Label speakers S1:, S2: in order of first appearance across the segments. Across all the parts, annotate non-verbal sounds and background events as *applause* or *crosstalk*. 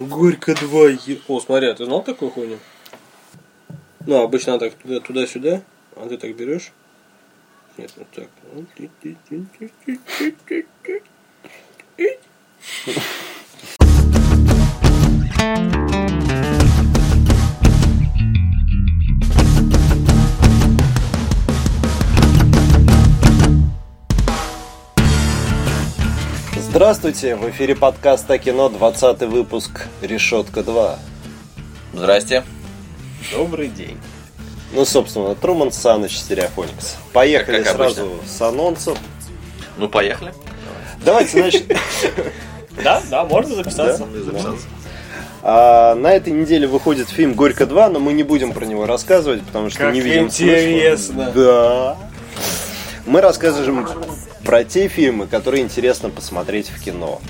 S1: Горько 2 е... О, смотри, а ты знал такую хуйню? Ну, обычно она так туда- туда-сюда, а ты так берешь. Нет, вот так.
S2: Здравствуйте, в эфире подкаста «Кино», 20 выпуск «Решетка 2».
S3: Здрасте.
S2: Добрый день. Ну, собственно, Труман Саныч, Стереофоникс. Поехали
S3: Как обычно.
S2: сразу с анонсом.
S3: Ну, поехали.
S2: Давайте, значит,
S4: *laughs* Да, да, можно записаться.
S2: а, на этой неделе выходит фильм «Горько 2», но мы не будем про него рассказывать, потому что
S1: Как
S2: не видим
S1: интересно.
S2: смысла. Да. Мы рассказываем про те фильмы, которые интересно посмотреть в кино.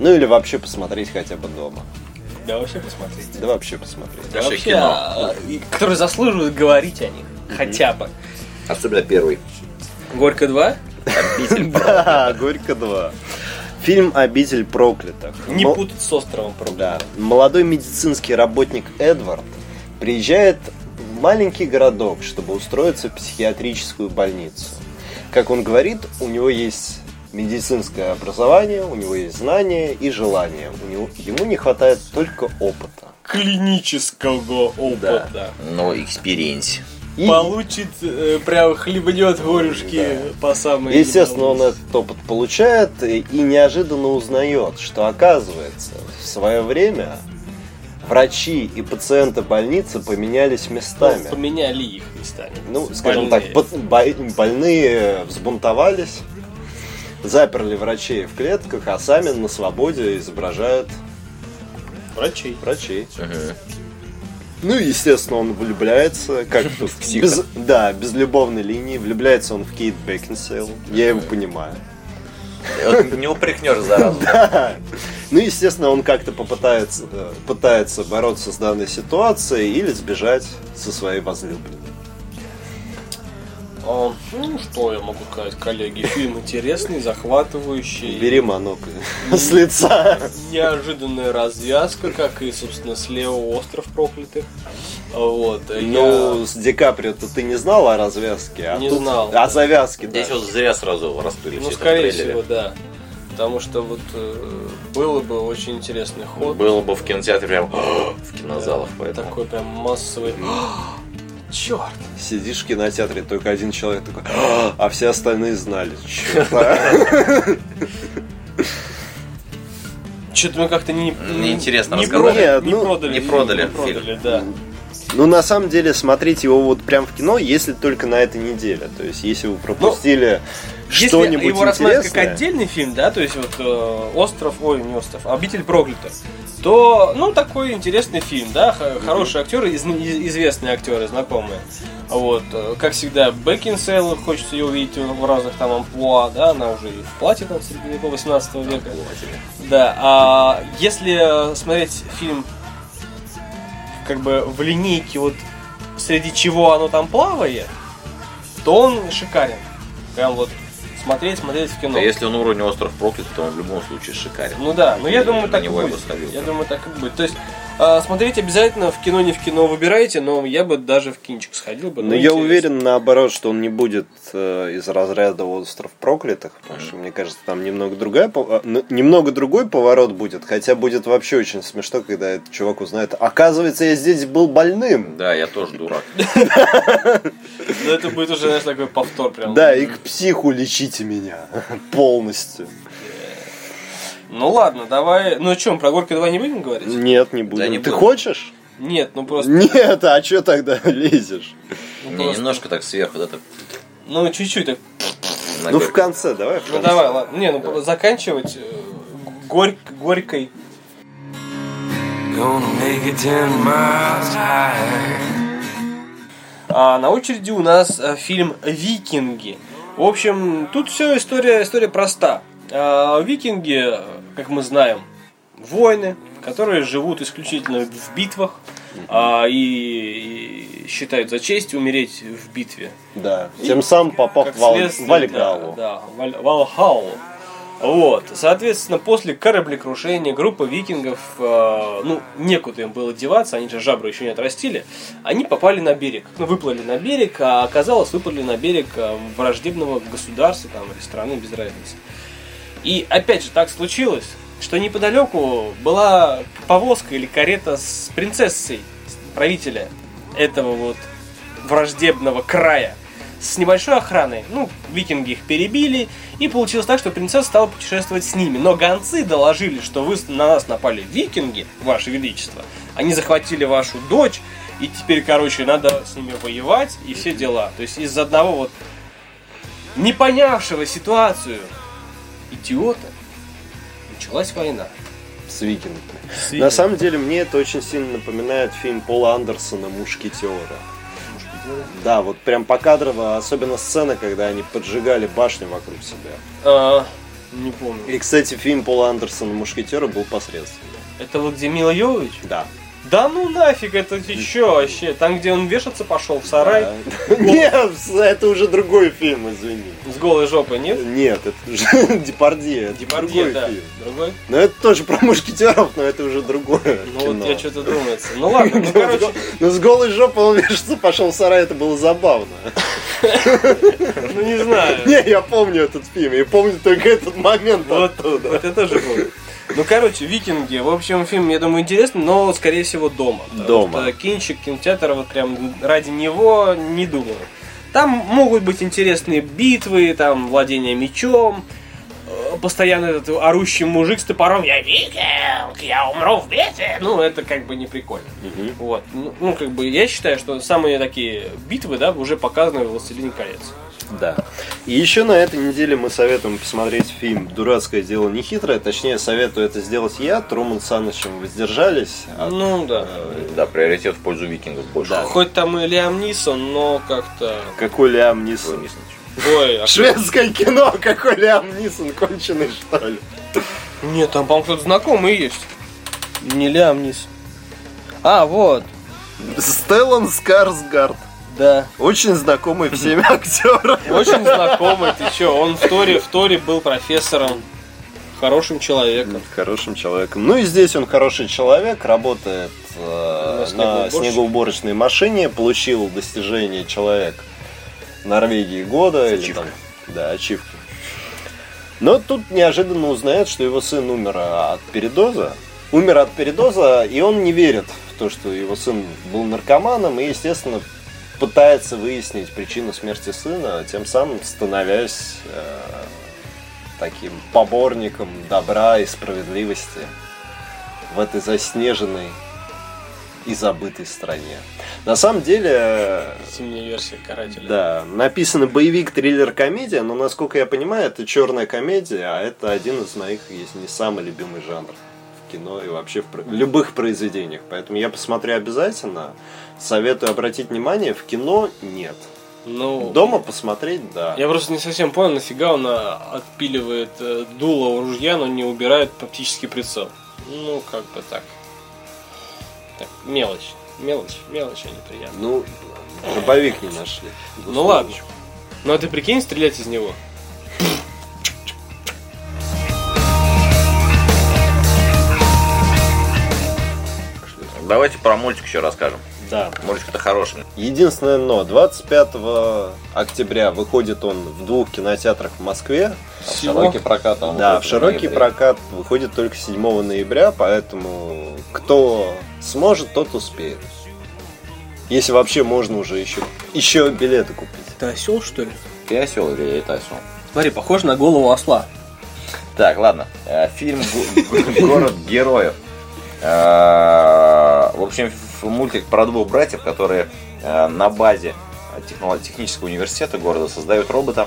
S2: Ну или вообще посмотреть хотя бы дома.
S4: Да, вообще посмотреть.
S2: Да вообще посмотреть.
S3: Вообще
S4: Вообще,
S3: кино.
S4: а, и- которые заслуживают говорить о них. Хотя бы.
S3: Особенно первый.
S4: Горько 2?
S2: Да, Горько 2. Фильм «Обитель проклятых».
S4: Не
S2: Мол-
S4: путать с островом правда.
S2: Да. Молодой медицинский работник Эдвард приезжает в маленький городок, чтобы устроиться в психиатрическую больницу. Как он говорит, у него есть медицинское образование, у него есть знания и желание. У него, ему не хватает только опыта.
S4: Клинического опыта.
S3: Ну, экспириенс.
S2: И,
S4: Получит, э, прям хлебнет горюшки по самой...
S2: естественно, он этот опыт получает и и неожиданно узнает, что оказывается в свое время врачи и пациенты больницы поменялись местами.
S4: Ну, Поменяли их местами.
S2: Ну, скажем
S4: Больные.
S2: так, бо- бо- больные взбунтовались, заперли врачей в клетках, а сами на свободе изображают
S4: Врачей.
S2: врачей. Ну и, естественно, он влюбляется, как тут, без, да, без любовной линии, влюбляется он в Кейт Бекинсейл, я его понимаю.
S3: не упрекнешь заразу.
S2: Ну, естественно, он как-то попытается, э, пытается бороться с данной ситуацией или сбежать со своей возлюбленной.
S4: А, ну, что я могу сказать, коллеги? Фильм интересный, захватывающий.
S2: Бери манок с лица.
S4: Неожиданная развязка, как и, собственно, слева остров проклятых. Вот. а
S2: Ну, с Ди Каприо-то ты не знал о развязке, а
S4: Не
S2: тут-
S4: знал.
S2: О завязке, да.
S3: Здесь вот зря сразу распыли
S4: я-
S3: все
S4: ну
S3: это в
S4: скорее
S3: трейлере.
S4: всего, да. Потому что вот э, было бы очень интересный ход.
S3: Было бы в кинотеатре прям *gasps* в кинозалах, поэтому.
S4: Такой прям массовый. Черт!
S2: Сидишь в кинотеатре, только один человек такой, «А, а все остальные знали. Чёрт, а».
S4: *laughs* Что-то мы как-то не,
S3: Неинтересно
S4: не
S3: рассказали.
S4: продали,
S2: Нет,
S4: не
S2: ну,
S4: продали.
S3: не продали
S4: не продали, да.
S2: Ну, на самом деле, смотреть его вот прям в кино, если только на этой неделе. То есть, если вы пропустили
S4: Ну,
S2: что-нибудь
S4: Если его рассматривать как
S2: интересное,
S4: отдельный фильм, да, то есть вот э, остров, ой, не остров, а обитель проклятых, то, ну, такой интересный фильм, да, х- хорошие актеры, из- из- известные актеры, знакомые. Вот, э, как всегда, Бекинсейл, хочется ее увидеть в разных там амплуа, да, она уже и в платье там средневекового 18 века. Да, а если э, смотреть фильм как бы в линейке вот среди чего оно там плавает, то он шикарен. Прям вот смотреть, смотреть в кино.
S3: Да если он уровня остров проклят, то он в любом случае шикарен.
S4: Ну да, но я думаю,
S3: На
S4: так и
S3: него я бы
S4: будет.
S3: сходил.
S4: Я думаю, так и будет. То есть э, смотреть обязательно в кино, не в кино выбирайте, но я бы даже в кинчик сходил бы.
S2: Но
S4: ну,
S2: я
S4: интересно.
S2: уверен, наоборот, что он не будет э, из разряда «Остров проклятых», потому что, мне кажется, там немного, другая, пов- э, немного другой поворот будет, хотя будет вообще очень смешно, когда этот чувак узнает, оказывается, я здесь был больным.
S3: Да, я тоже дурак.
S4: Но Ну, это будет уже, знаешь, такой повтор прям.
S2: Да, и к психу лечите меня *laughs* полностью.
S4: Ну ладно, давай. Ну о чем, про горки 2 не будем говорить?
S2: Нет, не буду.
S3: не
S2: Ты
S3: буду.
S2: хочешь?
S4: Нет, ну просто.
S2: Нет, а что тогда *laughs* лезешь?
S4: Ну,
S3: Не,
S4: просто-
S3: немножко так сверху, да, так.
S4: ну чуть-чуть так
S3: на
S2: Ну,
S3: горь-
S2: в конце, давай. в
S4: Ну
S2: конце.
S4: давай, ладно. Не, ну заканчивать э, горь- горькой.
S5: Gonna make it ten miles higher.
S4: А на очереди у нас э, фильм Викинги. В общем, тут все история, история проста. А, Викинги, э, как мы знаем, воины, которые живут исключительно в битвах а, и, и считают за честь умереть в битве.
S2: Да. Тем самым попав
S4: Как
S2: в Вал-
S4: следствие,
S2: Вальгаллу.
S4: Да, да, Валь- Валхаллу. Вот, соответственно, после кораблекрушения группа викингов, э, ну, некуда им было деваться, они же жабры еще не отрастили, они попали на берег, ну, выплыли на берег, а оказалось, выплыли на берег э, враждебного государства там, или страны, без разницы. И опять же так случилось, что неподалеку была повозка или карета с принцессой с правителя этого вот враждебного края с небольшой охраной. Ну, викинги их перебили, и получилось так, что принцесса стала путешествовать с ними. Но гонцы доложили, что вы на нас напали викинги, ваше величество. Они захватили вашу дочь, и теперь, короче, надо с ними воевать и все дела. То есть из одного вот не понявшего ситуацию идиота началась война.
S2: С викингами. На самом деле мне это очень сильно напоминает фильм Пола Андерсона «Мушкетера». Да, вот прям покадрово, особенно сцена, когда они поджигали башню вокруг себя.
S4: А, не помню.
S2: И, кстати, фильм Пола Андерсона «Мушкетера» был посредственный.
S4: Это вот где Мила Йовович?
S2: Да.
S4: Да ну нафиг, это ты чё вообще? Там, где он вешаться пошел в сарай
S2: Да. А, *laughs* Нет, это уже другой фильм, извини.
S4: с голой жопой, нет?
S2: Нет, это уже *laughs* Депардье. это
S4: Депардье,
S2: другой
S4: да.
S2: фильм.
S4: Другой?
S2: Но это тоже про мушкетеров, но это уже другое
S4: Ну
S2: кино.
S4: вот я что-то думается. Ну ладно, ну
S2: Где он с *laughs*
S4: короче,
S2: гол- Ну с голой жопой он *laughs* вешаться пошел в сарай, это было забавно.
S4: ну не знаю.
S2: Не, я помню этот фильм, я помню только этот момент
S4: Вот,
S2: оттуда.
S4: вот я тоже помню. Ну, короче, викинги. В общем, фильм, я думаю, интересный, но, скорее всего, дома. Потому
S2: Дома.
S4: что кинчик, кинотеатр, вот прям ради него не думаю. Там могут быть интересные битвы, там владение мечом, э, постоянно этот орущий мужик с топором «Я викинг! Я умру в битве!» Ну, это как бы не прикольно. Вот. Ну, ну, как бы я считаю, что самые такие битвы, да, уже показаны в «Властелине колец».
S2: Да. И еще на этой неделе мы советуем посмотреть фильм «Дурацкое дело нехитрое». Точнее, советую это сделать я. Труман с Санычем воздержались. А от-
S4: Ну, да.
S3: Да, приоритет в пользу викингов больше.
S4: Хоть там и Лиам Нисон, но как-то...
S2: Какой Лиам Нисон?
S3: Ой,
S4: Ой, а-
S2: Шведское кино, какой Лиам Нисон, конченый что ли?
S4: Нет, там, по-моему, кто-то знакомый есть. Не Лиам Нисон. А, вот,
S2: Стеллан Скарсгард.
S4: да.
S2: Очень знакомый *laughs* всеми актерам.
S4: Очень знакомый, ты чё, он в Торе, в Торе был профессором, хорошим человеком.
S2: Хорошим человеком. Ну и здесь он хороший человек, работает э,
S4: На
S2: на
S4: снегоуборщике.
S2: снегоуборочной машине, получил достижение человек Норвегии года. Или там, да, ачивки. Но тут неожиданно узнает, что его сын умер от передоза. Умер от передоза, и он не верит в то, что его сын был наркоманом, и, естественно, пытается выяснить причину смерти сына, тем самым становясь э, таким поборником добра и справедливости в этой заснеженной и забытой стране. На самом деле, э,
S4: Зимняя версия карателя.
S2: да, написано боевик, триллер, комедия, но насколько я понимаю, это черная комедия, а это один из моих, если не самый любимый жанр в кино и вообще в про- любых произведениях. Поэтому я посмотрю обязательно. Советую обратить внимание, в кино нет.
S4: Ну,
S2: Дома посмотреть, да.
S4: я просто не совсем понял, нафига он а, отпиливает э, дуло у ружья, но не убирает оптический прицел. Ну, как бы так. Так, мелочь. Мелочь, мелочь, а неприятно.
S2: Ну, дробовик не нашли.
S4: Ну ладно. Ну а ты прикинь, стрелять из него.
S3: Давайте про мультик еще расскажем.
S2: Да.
S3: Мультик это хороший.
S2: Единственное но, 25 октября выходит он в двух кинотеатрах в Москве.
S4: Всего?
S3: прокат. он
S2: Да,
S3: выходит
S2: в широкий
S3: ноябре.
S2: прокат выходит только 7 ноября, поэтому кто сможет, тот успеет. Если вообще можно уже еще, еще билеты купить.
S4: Это осел, что ли?
S3: Ты осел или это осел?
S4: Смотри, похож на голову осла.
S3: Так, ладно. Э, Фильм «Го- *laughs* «Город героев». Э, В общем, ф- мультик про двух братьев, которые э, на базе техно- технического университета города создают робота.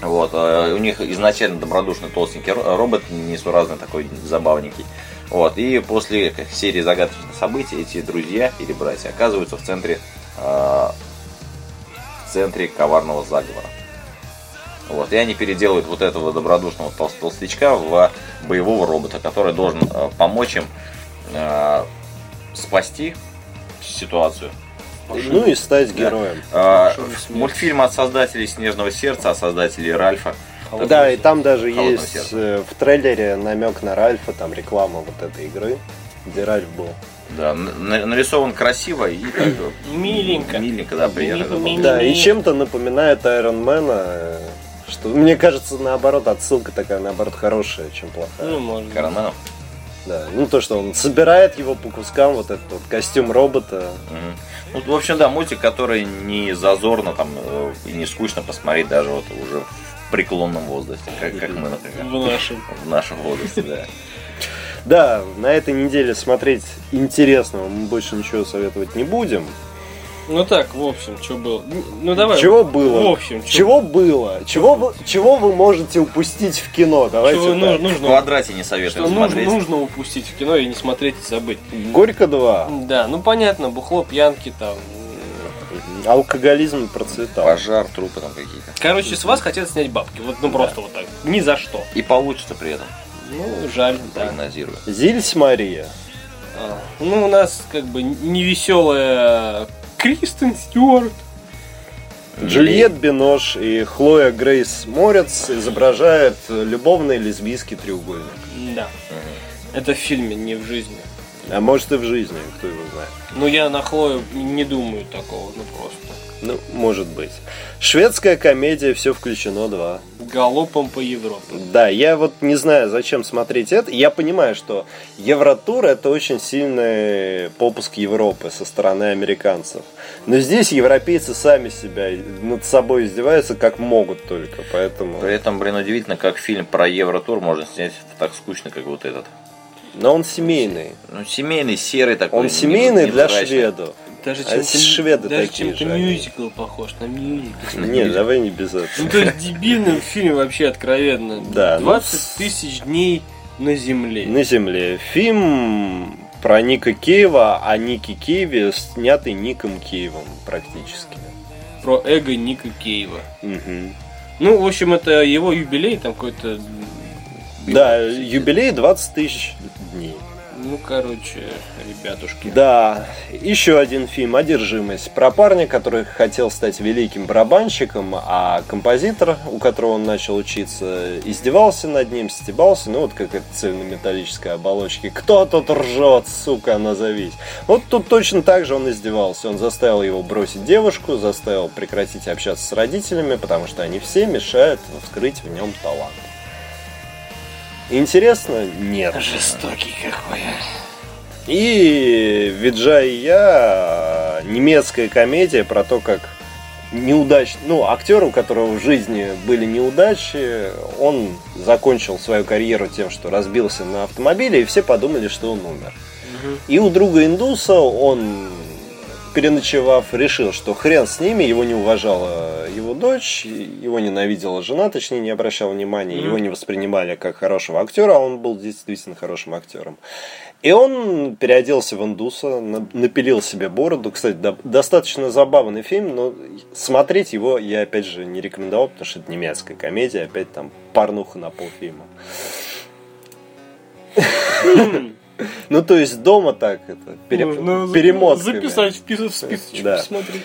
S3: Вот, э, у них изначально добродушный толстенький ро- робот, несуразный такой забавненький. Вот, и после как, серии загадочных событий эти друзья или братья оказываются в центре, э, в центре коварного заговора. Вот, и они переделывают вот этого добродушного тол- толстячка в боевого робота, который должен э, помочь им э, спасти ситуацию.
S2: Ну и стать героем.
S3: Э,
S4: Шоу смерти.
S3: мультфильм от создателей Снежного сердца, от создателей Ральфа.
S2: Да, и там даже
S3: Холодное
S2: есть
S3: сердце.
S2: э, в трейлере намек на Ральфа, там реклама вот этой игры, где Ральф был.
S3: Да, н- н- нарисован красиво и так, э,
S4: Миленько.
S3: Миленько, да, приятно.
S4: Миленько,
S3: это было.
S4: миленько.
S2: Да, и
S4: Мгм.
S2: чем-то напоминает Iron Man, э, что мне кажется, наоборот, отсылка такая, наоборот, хорошая, чем плохая.
S4: Ну, может. быть.
S3: Кармен.
S2: Да, ну то, что он собирает его по кускам, вот этот вот костюм робота.
S3: Мгм. Ну, в общем, да, мультик, который не зазорно там э, и не скучно посмотреть даже вот уже в преклонном возрасте, как, как мы, например,
S4: В нашем.
S3: в нашем возрасте, да.
S2: Да, на этой неделе смотреть интересного мы больше ничего советовать не будем.
S4: Ну так, в общем, что было. Ну давай.
S2: чего было?
S4: В общем, чё-
S2: чего было? Чего вы, чего вы можете упустить в кино? Давайте.
S4: чего ну-
S2: так.
S4: *laughs*
S3: В
S4: нужно,
S3: квадрате не
S4: что
S3: советую
S4: нужно,
S3: смотреть.
S4: нужно упустить в кино и не смотреть и забыть.
S2: Горько 2.
S4: Да, ну понятно, бухло, пьянки там. э,
S2: Алкоголизм процветал.
S3: Пожар, трупы там какие-то.
S4: Короче, с вас хотят снять бабки. Вот, ну просто вот так. Ни за что.
S3: И получится при этом,
S4: Ну, жаль, да.
S3: прогнозирую.
S2: Зильс Мария.
S4: А, Ну, у нас как бы невеселая Кристен Стюарт.
S2: Джульет Бинош и Хлоя Грейс Морец изображают э, любовный лесбийский треугольник.
S4: Да. Это в фильме, не в жизни.
S2: А может и в жизни, кто его знает.
S4: Ну, я на Хлою не думаю такого, ну просто.
S2: Ну, может быть. Шведская комедия «Все включено 2».
S4: Галопом по Европе.
S2: Да, я вот не знаю, зачем смотреть это. Я понимаю, что Евротур это очень сильный попуск Европы со стороны американцев. Но здесь европейцы сами себя над собой издеваются как могут только, поэтому.
S3: При этом, блин, удивительно, как фильм про Евротур можно снять так скучно, как вот этот.
S2: Но он семейный.
S3: Ну, семейный, серый такой.
S2: Он
S3: не-
S2: семейный для
S3: невзрачный.
S2: шведов.
S4: Даже
S2: А это шведы
S4: даже
S2: такие
S4: чем-то
S2: же, они.
S4: мюзикл похож, на мюзикл.
S2: Не, давай не без
S4: Ну,
S2: этого.
S4: то есть дебильный фильм вообще откровенно.
S2: Да, ну,
S4: 20 тысяч дней на земле.
S2: На земле. Фильм про Ника Киева о Нике Киеве, снятый Ником Киевом практически.
S4: Про эго Ника Кейва.
S2: Мгм.
S4: Ну, в общем, это его юбилей, там какой-то...
S2: Да, юбилей 20 тысяч дней.
S4: Ну, короче, ребятушки.
S2: Да, еще один фильм «Одержимость» про парня, который хотел стать великим барабанщиком, а композитор, у которого он начал учиться, издевался над ним, стебался, ну вот как это цельнометаллической оболочки. Кто тут ржет, сука, назовись. Вот тут точно так же он издевался. Он заставил его бросить девушку, заставил прекратить общаться с родителями, потому что они все мешают вскрыть в нем талант. Интересно? Нет.
S4: Жестокий какой.
S2: И Виджай и я немецкая комедия про то, как неудач... Ну, актер, у которого в жизни были неудачи, он закончил свою карьеру тем, что разбился на автомобиле, и все подумали, что он умер. И у друга индуса он, переночевав, решил, что хрен с ними, его не уважала его дочь, его ненавидела жена, точнее, не обращала внимания, его не воспринимали как хорошего актера, а он был действительно хорошим актером. И он переоделся в индуса, на- напилил себе бороду. Кстати, до- достаточно забавный фильм, но смотреть его я, опять же, не рекомендовал, потому что это немецкая комедия, опять там порнуха на полфильма. *laughs* Ну, то есть дома так это, пере- перемотками.
S4: Ну, Записать в список, в списочек
S2: Да.
S4: посмотреть.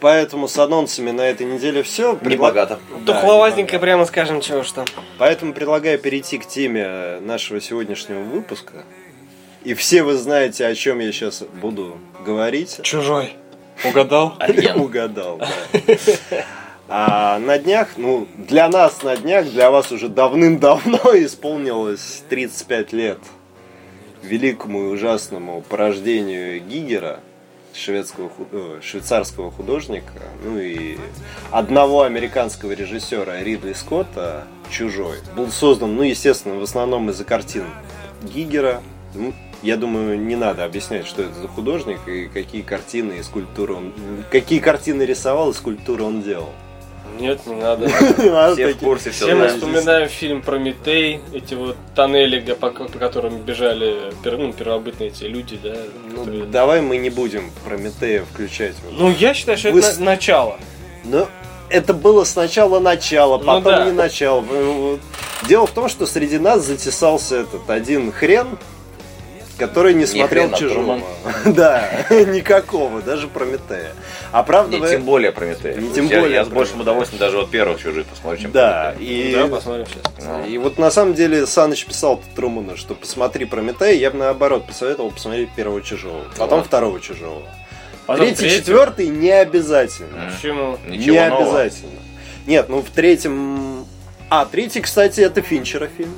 S2: Поэтому с анонсами на этой неделе все.
S3: Небогато.
S4: Тухловатенько прямо скажем, чего ж там.
S2: Поэтому предлагаю перейти к теме нашего сегодняшнего выпуска. И все вы знаете, о чем я сейчас буду говорить.
S4: Чужой. Угадал?
S3: Альен.
S2: Угадал, да. А на днях, ну, для нас на днях, для вас уже давным-давно *laughs* исполнилось 35 лет великому и ужасному порождению Гигера, шведского, ху- э, швейцарского художника, ну и одного американского режиссера Ридли Скотта «Чужой». Был создан, ну, естественно, в основном из-за картин Гигера. Ну, Я думаю, не надо объяснять, что это за художник и какие картины и скульптуры он... Какие картины рисовал и скульптуры он делал. *laughs*
S4: Нет, не надо.
S2: А,
S3: Все в
S2: такие-
S3: курсе, все
S4: Все мы
S3: знают.
S4: вспоминаем фильм «Прометей», эти вот тоннели, га- по, по которым бежали пер- ну, первобытные эти люди, да?
S2: Ну,
S4: которые-
S2: давай мы не будем Прометея включать. в
S4: Ну, я считаю, что
S2: Вы
S4: это
S2: с-
S4: на- начало.
S2: Ну, это было сначала начало,
S4: Ну
S2: потом
S4: да.
S2: не начало. Вы- вы- Дело в том, что среди нас затесался этот один хрен, который не смотрел
S3: хрена,
S2: чужого. *laughs* Да, никакого, даже Прометея.
S3: Не,
S2: Оправдывая...
S3: тем более Прометея.
S2: Не тем
S3: я,
S2: более
S3: я с
S2: Прометея.
S3: большим удовольствием даже вот первых чужих посмотрю, чем
S2: Да,
S3: Прометея.
S2: и...
S4: Да, посмотрим сейчас.
S3: Ну,
S2: И вот на самом деле Саныч писал Труману, что посмотри Прометея, я бы наоборот посоветовал посмотреть первого чужого, потом
S3: Вот.
S2: второго чужого.
S4: Потом
S2: Третий,
S4: третий.
S2: четвертый не обязательно.
S4: Почему?
S3: Ничего
S2: не
S3: нового.
S2: обязательно. Нет, ну в третьем... А, третий, кстати, это Финчера фильм.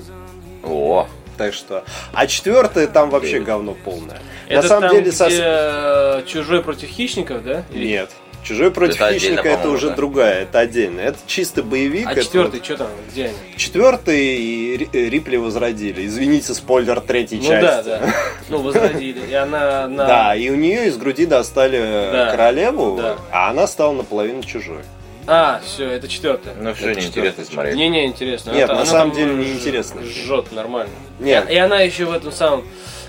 S3: О,
S2: Так что... А четвертое там вообще говно полное.
S4: Это
S2: на самом
S4: там,
S2: деле...
S4: где
S2: со-
S4: э, чужой против хищников, да? Или-
S2: Нет. Чужой против
S3: Это отдельно,
S2: хищника это
S3: по-моему,
S2: уже
S3: да.
S2: другая, это отдельно. Это чисто боевик.
S4: А
S2: это
S4: четвертый, что там, где они?
S2: вот- Четвертый и Ри- э, Рипли возродили. Извините, спойлер третьей
S4: Ну
S2: части.
S4: да, да. Ну, возродили. И она на...
S2: Да, и у нее из груди достали э,
S4: Да.
S2: королеву,
S4: Да.
S2: а она стала наполовину чужой.
S4: А, все, это четвертая.
S3: ну все
S2: что?
S3: неинтересно смотреть.
S4: Не, не, интересно.
S2: Нет,
S4: Она-
S2: на
S4: она
S2: самом
S4: там
S2: деле
S4: ж-
S2: неинтересно.
S4: Жжет нормально.
S2: Нет.
S4: И, и она еще в этом самом,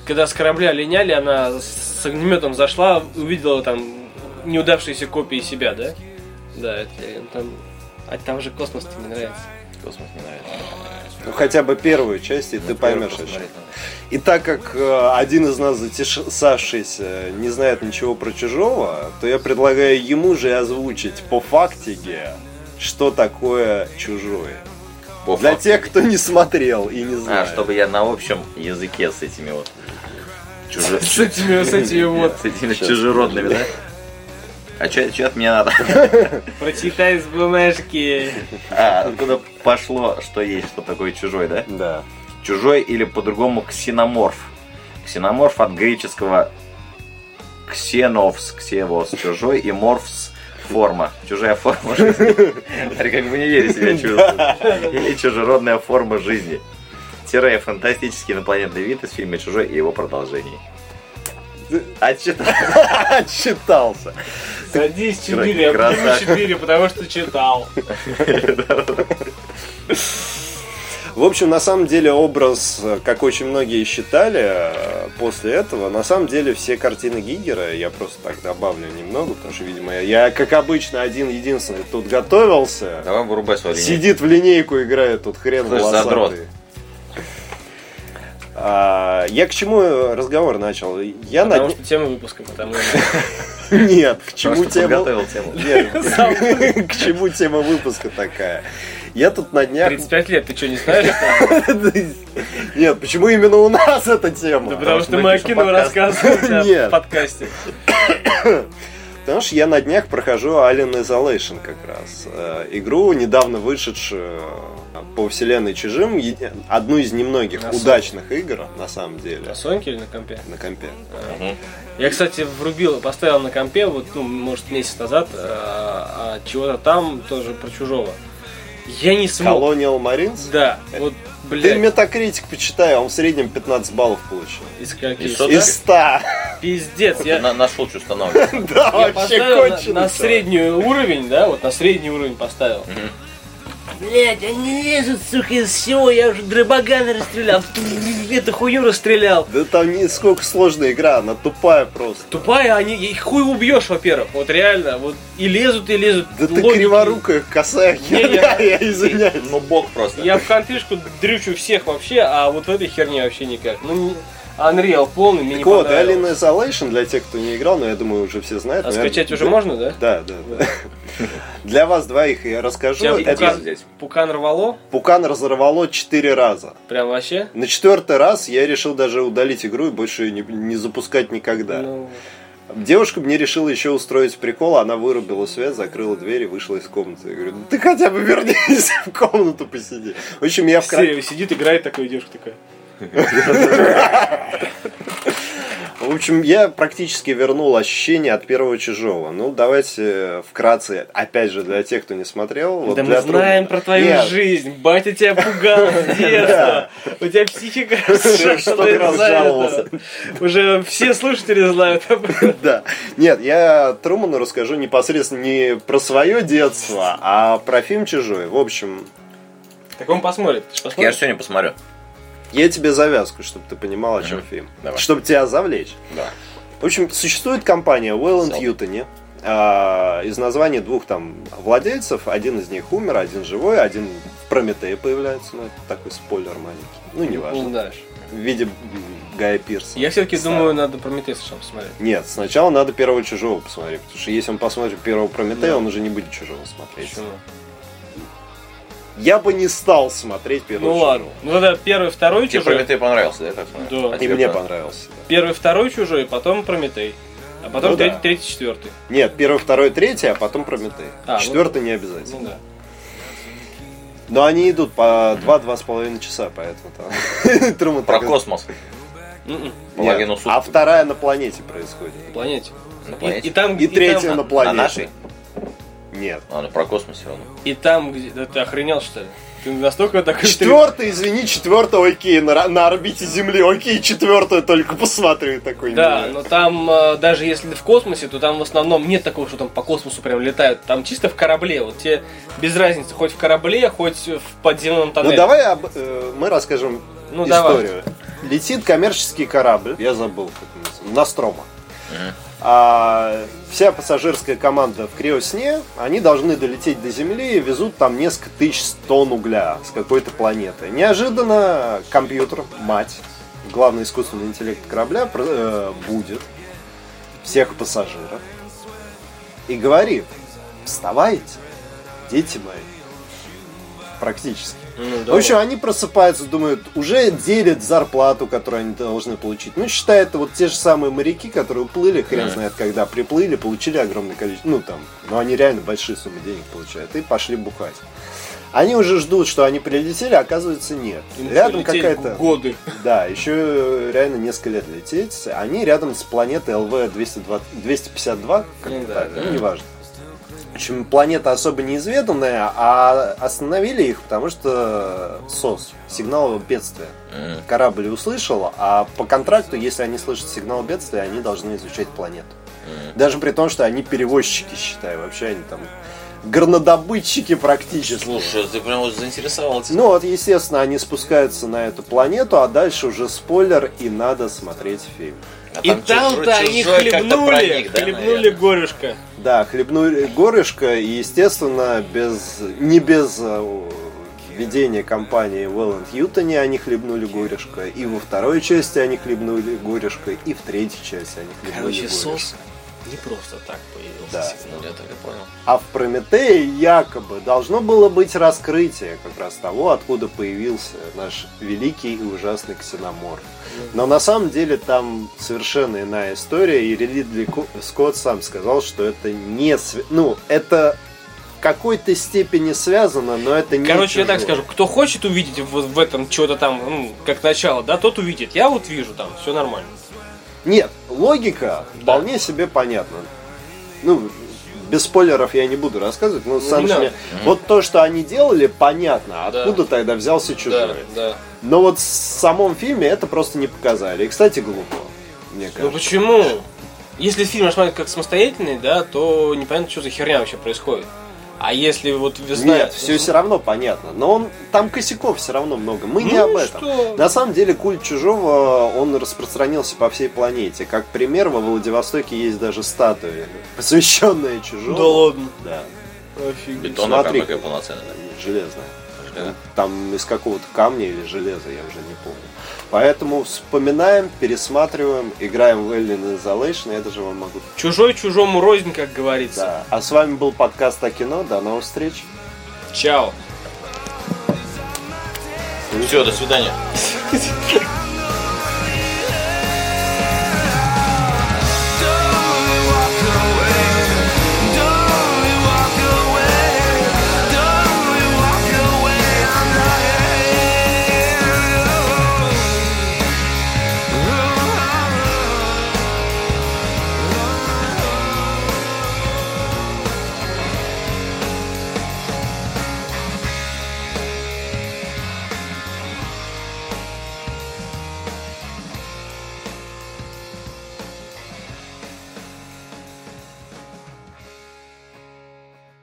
S4: когда с корабля линяли, она с с огнеметом зашла, увидела там неудавшиеся копии себя, да? Да, это э, там. А там же космос тебе не нравится.
S3: Космос не нравится.
S2: Ну, хотя бы первую часть, и ты поймешь о чем.
S3: Ну, Посмотреть надо.
S2: И так как э, один из нас затесавшийся не знает ничего про чужого, то я предлагаю ему же и озвучить по фактике, что такое чужое.
S3: По
S2: Для
S3: факту.
S2: тех, кто не смотрел и не
S3: А,
S2: знает.
S3: чтобы я на общем языке с этими вот
S4: *laughs*
S3: чужи-
S4: С этими, с этими вот.
S3: с этими чужеродными, да? А что от меня надо?
S4: Прочитай с бумажки.
S3: А, откуда пошло, что есть, что такое чужой, да?
S2: Да.
S3: Чужой или по-другому ксеноморф. Ксеноморф от греческого ксеновс, ксевос, чужой и морфс, форма. Чужая форма жизни. Смотри, как в универе себя *laughs* чувствует. Или чужеродная форма жизни. Тире фантастический инопланетный вид из фильма «Чужой» и его продолжений. А Отчитал.
S2: *laughs* Отчитался.
S4: Садись
S3: Кра-
S4: четыре, а почему
S3: красавчик.
S4: четыре, потому что читал.
S2: В общем, на самом деле образ, э, как очень многие считали э, после этого, на самом деле все картины Гигера, я просто так добавлю немного, потому что, видимо, я, я, как обычно, один-единственный тут готовился,
S3: Давай вырубай свою линейку.
S2: сидит в линейку играет тут хрен
S3: Слышь,
S2: волосатый.
S3: задрот.
S2: А, я к чему разговор начал? Я
S4: Потому
S2: над...
S4: что тема выпуска, потому что.
S2: *laughs* Нет, к чему
S3: Потому что
S2: тема...
S3: подготовил тему.
S4: *laughs*
S2: Нет, *laughs* к чему тема выпуска такая? Я тут на днях...
S4: 35 лет, ты что, не *laughs* знаешь? что ли?
S2: *laughs* Нет, почему именно у нас эта
S4: Да
S2: тема?
S4: потому что
S3: мы
S4: мы о
S3: пишем
S4: кино *laughs*
S3: подкаст.
S4: рассказываем
S2: *laughs* Нет.
S4: в подкасте.
S2: Потому что я на днях прохожу Alien Isolation как раз. Э, Игру, недавно вышедшую э, по вселенной Чужим, е- одну из немногих
S4: На самом-
S2: удачных игр, на самом деле,
S4: На А Соньке или на компе?
S2: на компе.
S4: Ну. Я, кстати, врубил, поставил на компе, вот, ну, может, месяц назад, э, а, чего-то там тоже про чужого. Я не смог.
S2: Colonial Marines?
S4: Да, вот,
S2: Ты
S4: блядь,
S2: метакритик почитай, а он в среднем 15 баллов получил.
S4: из каких?
S3: Из сотки?
S2: Из 100.
S4: Пиздец, я,
S3: На- Нашел, что становится.
S2: *laughs* Да,
S4: я
S2: вообще
S4: поставил на-
S2: кончено.
S4: на, средний уровень, да, вот на средний уровень поставил. Блять, они лезут, сука, из всего, я уже дробогана расстрелял, эту хуйню расстрелял.
S2: Да там не сколько сложная игра, она тупая просто.
S4: Тупая, они, их хуй убьешь, во-первых, вот реально, вот и лезут, и лезут.
S2: Да ты
S4: логики.
S2: криворукая косая херня, я извиняюсь.
S3: Ну, бог просто.
S4: Я в конфишку дрючу всех вообще, а вот в этой херне вообще никак. Ну, не- Unreal полный, мне не
S2: Так вот,
S4: понравилось.
S2: Alien Isolation, для тех, кто не играл, но я думаю, уже все знают.
S4: А
S2: наверное,
S4: скачать уже
S2: да-
S4: можно, да?
S2: Да, да, да. Для вас двоих я расскажу.
S4: Тебя
S2: Это
S4: пукан,
S3: здесь.
S4: пукан рвало,
S2: Пукан разорвало четыре раза.
S4: прям вообще.
S2: На четвертый раз я решил даже удалить игру и больше ее не, не запускать никогда.
S4: Ну,
S2: Девушка мне решила еще устроить прикол, она вырубила свет, закрыла дверь и вышла из комнаты. Я говорю, «Ну ты хотя бы вернись в комнату посиди. В общем, я вкратце...
S4: Стерео сидит, играет такой девушка такая.
S2: В общем, я практически вернул ощущение от первого чужого. Ну, давайте вкратце, опять же, для тех, кто не смотрел. вот
S4: да мы
S2: для
S4: знаем
S2: Трумана.
S4: про твою
S2: Нет,
S4: жизнь, батя тебя пугал
S2: *laughs*
S4: с детства. У тебя психика
S2: Что ты
S4: из-за
S2: разжаловался?
S4: этого. Уже все слушатели знают об этом.
S2: *laughs* Да. Нет, я Труману расскажу непосредственно не про свое детство, а про фильм «Чужой». В общем,
S4: Так он посмотрит. ты ж
S3: Я
S4: посмотришь?
S3: же сегодня посмотрю.
S2: я тебе завязку, чтобы ты понимал, о чем фильм.
S3: Давай.
S2: Чтобы тебя завлечь.
S3: Да.
S2: В общем, существует компания Wayland
S3: Сам.
S2: Ютоне. а, из названий двух там владельцев, один из них умер, один живой, один в Прометее появляется, ну, это такой спойлер маленький. Ну, неважно.
S4: Ну, дальше.
S2: В виде м, Гая Пирса.
S4: Я все-таки думаю, надо Прометей сначала посмотреть.
S2: Нет, сначала надо первого чужого посмотреть, потому что если он посмотрит первого Прометея, он уже не будет чужого смотреть.
S4: Почему?
S2: Я бы не стал смотреть первого
S4: Ну
S2: чужого.
S4: ладно. Ну тогда первый, второй
S3: Тебе
S4: чужой.
S3: Прометей понравился, да, я так
S4: Да.
S3: понимаю?
S4: И
S2: И
S3: тебе
S2: мне
S3: понравился?
S2: понравился. да.
S4: Первый, второй чужой, потом Прометей. А потом
S2: Ну да.
S4: третий, третий, четвертый.
S2: Нет, первый, второй, третий, а потом Прометей.
S4: А, ну-
S2: Четвертый не обязательно.
S4: Ну да.
S2: Но они идут по 2-2,5 часа, поэтому там. *laughs* Труман
S3: Про
S2: так и-
S3: космос.
S4: М-м,
S3: Половину
S2: Нет,
S3: суток.
S2: А вторая на планете происходит.
S4: на планете.
S3: На
S4: И,
S3: планете.
S4: и там,
S2: И
S4: там-
S2: третья на
S3: На
S2: планете.
S3: нашей?
S2: Нет.
S3: А, ну про космос все равно.
S4: И там, где. Да ты охренел, что ли? Ты настолько такой.
S2: Четвертый, извини, четвертый, окей, на, ра- на орбите Земли, окей, четвертую только посмотрю и такой.
S4: Да,
S2: не,
S4: но там, э, даже если в космосе, то там в основном нет такого, что там по космосу прям летают. Там чисто в корабле. Вот тебе без разницы, хоть в корабле, хоть в подземном
S2: Ну
S4: тоннеле.
S2: давай об- э, мы расскажем
S4: Ну, давай.
S2: историю. Летит коммерческий корабль, я забыл, как он называется, Настрома.
S4: Э.
S2: А, вся пассажирская команда в криосне, они должны долететь до Земли и везут там несколько тысяч тонн угля с какой-то планеты. Неожиданно компьютер, мать, главный искусственный интеллект корабля, про- э, будет всех пассажиров и говорит, вставайте, дети мои. Практически.
S4: Ну
S2: В общем, они просыпаются, думают, уже делят зарплату, которую они должны получить. Ну, считай, это вот те же самые моряки, которые уплыли, хрен знает когда, приплыли, получили огромное количество, ну там, ну они реально большие суммы денег получают, и пошли бухать. Они уже ждут, что они прилетели, а оказывается нет. Рядом
S4: Летели
S2: какая-то...
S4: Годы.
S2: Да, еще реально несколько лет лететь. Они рядом с планетой ЛВ-252, как
S4: Ну да,
S2: так,
S4: да.
S2: ну неважно. В общем, планета особо неизведанная, а остановили их, потому что СОС, сигнал бедствия. Корабль услышал, а по контракту, если они слышат сигнал бедствия, они должны изучать планету. Даже при том, что они перевозчики, считай, вообще они там горнодобытчики практически.
S3: Слушай, ты прям вот заинтересовал тебя.
S2: Ну вот, естественно, они спускаются на эту планету, а дальше уже спойлер, и надо смотреть фильм.
S3: А
S4: И там-то
S3: чужой-
S4: они
S3: чужой как-то
S4: хлебнули,
S3: проник, да,
S4: хлебнули
S3: наверное?
S4: горюшка.
S2: Да, хлебнули горышко, и, естественно, без, не без э, ведения компании в Элленд Ютоне они хлебнули горюшко, и во второй части они хлебнули горюшко, и в третьей части они хлебнули
S4: Короче,
S2: горюшко.
S4: сос не просто так появился.
S2: Да.
S3: Ну, я так и понял.
S2: А в Прометее якобы должно было быть раскрытие как раз того, откуда появился наш великий и ужасный ксеномор. Но на самом деле там совершенно иная история, и Ридли Ко- Скотт сам сказал, что это не... св- Ну, это в какой-то степени связано, но это не
S4: Короче, я
S2: чужое.
S4: так скажу, кто хочет увидеть вот в этом что-то там, ну, как начало, да, тот увидит. Я вот вижу там, все нормально.
S2: Нет, логика вполне себе понятна. Ну, без спойлеров я не буду рассказывать, но
S4: Ну,
S2: сам
S4: не
S2: же
S4: надо.
S2: мне- Вот то, что они делали, понятно,
S4: Да.
S2: откуда тогда взялся чужой.
S4: да.
S2: Но вот в самом фильме это просто не показали. И, кстати, глупо, мне
S4: Ну
S2: кажется.
S4: почему? Если фильм рассматривать как самостоятельный, да, то непонятно, что за херня вообще происходит. А если вот вы
S2: Нет,
S4: знаете...
S2: все все равно понятно. Но он там косяков все равно много. Мы не
S4: Ну
S2: об
S4: и
S2: этом.
S4: что?
S2: На самом деле культ чужого он распространился по всей планете. Как пример, во Владивостоке есть даже статуи, посвященные чужому.
S4: Да ладно.
S2: Да.
S4: Офигеть.
S3: Бетонная
S2: Смотри.
S3: какая полноценная.
S2: Железная. Там из какого-то камня или железа, я уже не помню. Поэтому вспоминаем, пересматриваем, играем в Alien Isolation, я даже вам могу
S4: Чужой чужому рознь, как говорится.
S2: Да. А с вами был подкаст о кино. До новых встреч.
S4: Чао.
S3: Все, до свидания.